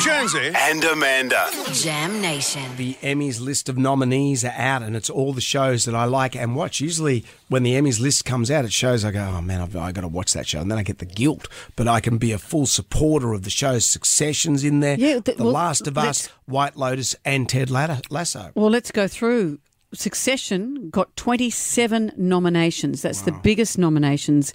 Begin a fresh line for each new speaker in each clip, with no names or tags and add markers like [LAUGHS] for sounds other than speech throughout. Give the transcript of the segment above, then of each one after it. Jonesy
and Amanda.
Jam Nation.
The Emmys list of nominees are out, and it's all the shows that I like and watch. Usually, when the Emmys list comes out, it shows I go, oh man, I've, i got to watch that show, and then I get the guilt. But I can be a full supporter of the shows. Succession's in there,
Yeah, th-
The
well,
Last of Us,
let's-
White Lotus, and Ted Latta- Lasso.
Well, let's go through. Succession got 27 nominations. That's the biggest nominations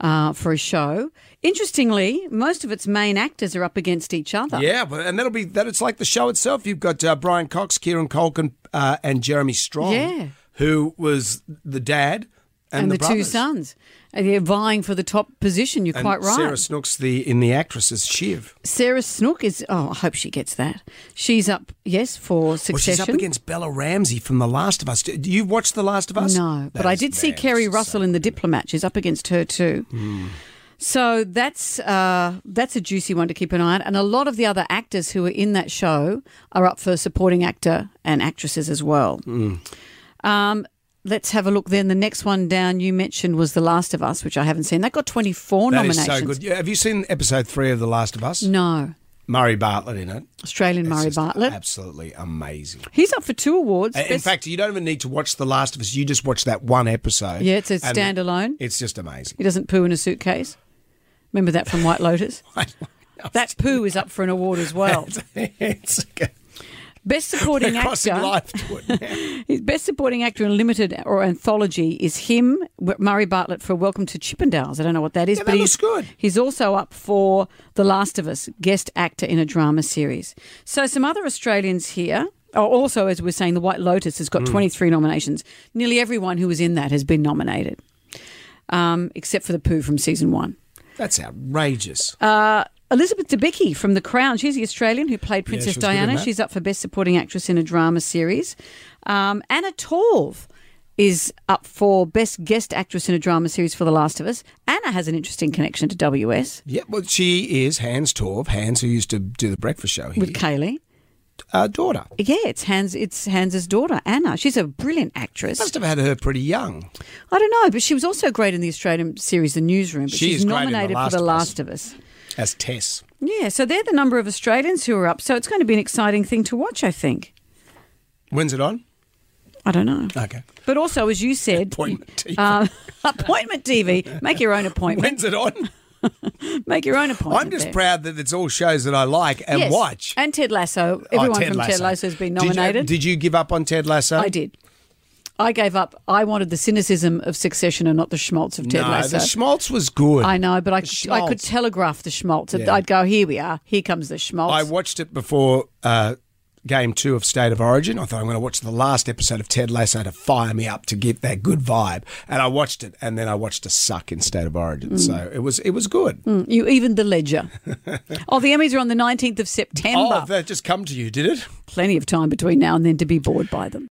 uh, for a show. Interestingly, most of its main actors are up against each other.
Yeah, but, and that'll be that. It's like the show itself. You've got uh, Brian Cox, Kieran Culkin, uh, and Jeremy Strong,
Yeah.
who was the dad and,
And, the, two
brothers.
sons. And they're vying for the top position. You're
And
quite right.
Sarah Snooks, the in the actress is Shiv.
Sarah Snook is. Oh, I hope she gets that. She's up, yes, for
Well,
Succession.
she's up against Bella Ramsey from The Last of Us. Do you watch The Last of Us?
No, but
That
I
is
did see
bad. Hmm.
Kerry Russell in The Diplomat. She's up against her too. So that's uh, that's a juicy one to keep an eye on. And a lot of the other actors who are in that show are up for supporting actor and actresses as well.
Hmm.
Um, let's have a look then. The next one down you mentioned was The Last of Us, which I haven't seen. That got 24
That is
nominations.
so good. Yeah, Have you seen episode three of The Last of Us?
No,
Murray Bartlett in it.
Australian
It's
Murray
just
Bartlett.
Absolutely amazing.
He's up for two awards.
In
Best-
fact, you don't even need to watch The Last of Us. You just watch that one episode.
Yeah, it's a
and
standalone.
It's just amazing.
[LAUGHS]
[LAUGHS]
he doesn't poo in a suitcase. Remember that from
[LAUGHS]
White Lotus? that poo is up for an award as well.
it's
Best
we're [LAUGHS]
supporting
crossing
actor.
life to
[LAUGHS]
it now.
His best supporting actor in limited or anthology is him, W- Murray Bartlett for Welcome to Chippendales. I don't know what that is,
Yeah,
but
that
he's
looks good.
He's also up for The Last of Us, guest actor in a drama series. So some other Australians here. Oh, also, as we're saying, The White Lotus has
Hmm.
got 23 nominations. Nearly everyone who was in that has been nominated, um, except for the poo from season one.
That's outrageous.
Uh, Elizabeth Debicki from The Crown. She's the Australian who played
she was
Princess
good in
Diana.
that.
She's up for Best Supporting Actress in a Drama Series. Um, Anna Torv is up for Best Guest Actress in a Drama Series for The Last of Us. Anna has an interesting connection to WS
yeah, well, she is Hans Torv. Hans, who used to do the breakfast show here,
with Kaylee.
uh, daughter.
Yeah, it's Hans. It's Hans's daughter, Anna. She's a brilliant actress.
Must have had her pretty young.
I don't know, but she was also great in the Australian series, The Newsroom. But
She
she's
is great in The
nominated
Last
for The
of Us.
Last of Us.
as Tess.
Yeah, so they're the number of Australians who are up. So it's going to be an exciting thing to watch. I think.
When's it on?
I don't know.
Okay.
But also, as you
[LAUGHS]
said,
Appointment TV.
Uh, [LAUGHS] appointment TV. Make your own appointment.
When's it
[LAUGHS]
on?
Make your own appointment.
I'm just
there.
proud that it's all shows that I like and
Yes.
watch.
And Ted Lasso.
Oh,
Everyone from Ted Lasso has been
Did you-
nominated.
Did you, give up on Ted Lasso?
I did. I gave up. I wanted the cynicism of Succession and not the schmaltz of Ted
no,
Lasso.
the Schmaltz was good.
I know, but I,
The
I could
schmaltz.
telegraph the schmaltz.
Yeah.
I'd go, here we are. Here comes the schmaltz.
I watched it before uh, game two of State of Origin. I thought I'm going to watch the last episode of Ted Lasso to fire me up to get that good vibe, and I watched it, and then I watched a suck in State of Origin.
Mm.
So it was it was good.
you evened
[LAUGHS]
the ledger. oh, the Emmys are on the 19th of September.
Oh, that just come to you, did it?
Plenty of time between now and then to be bored by them.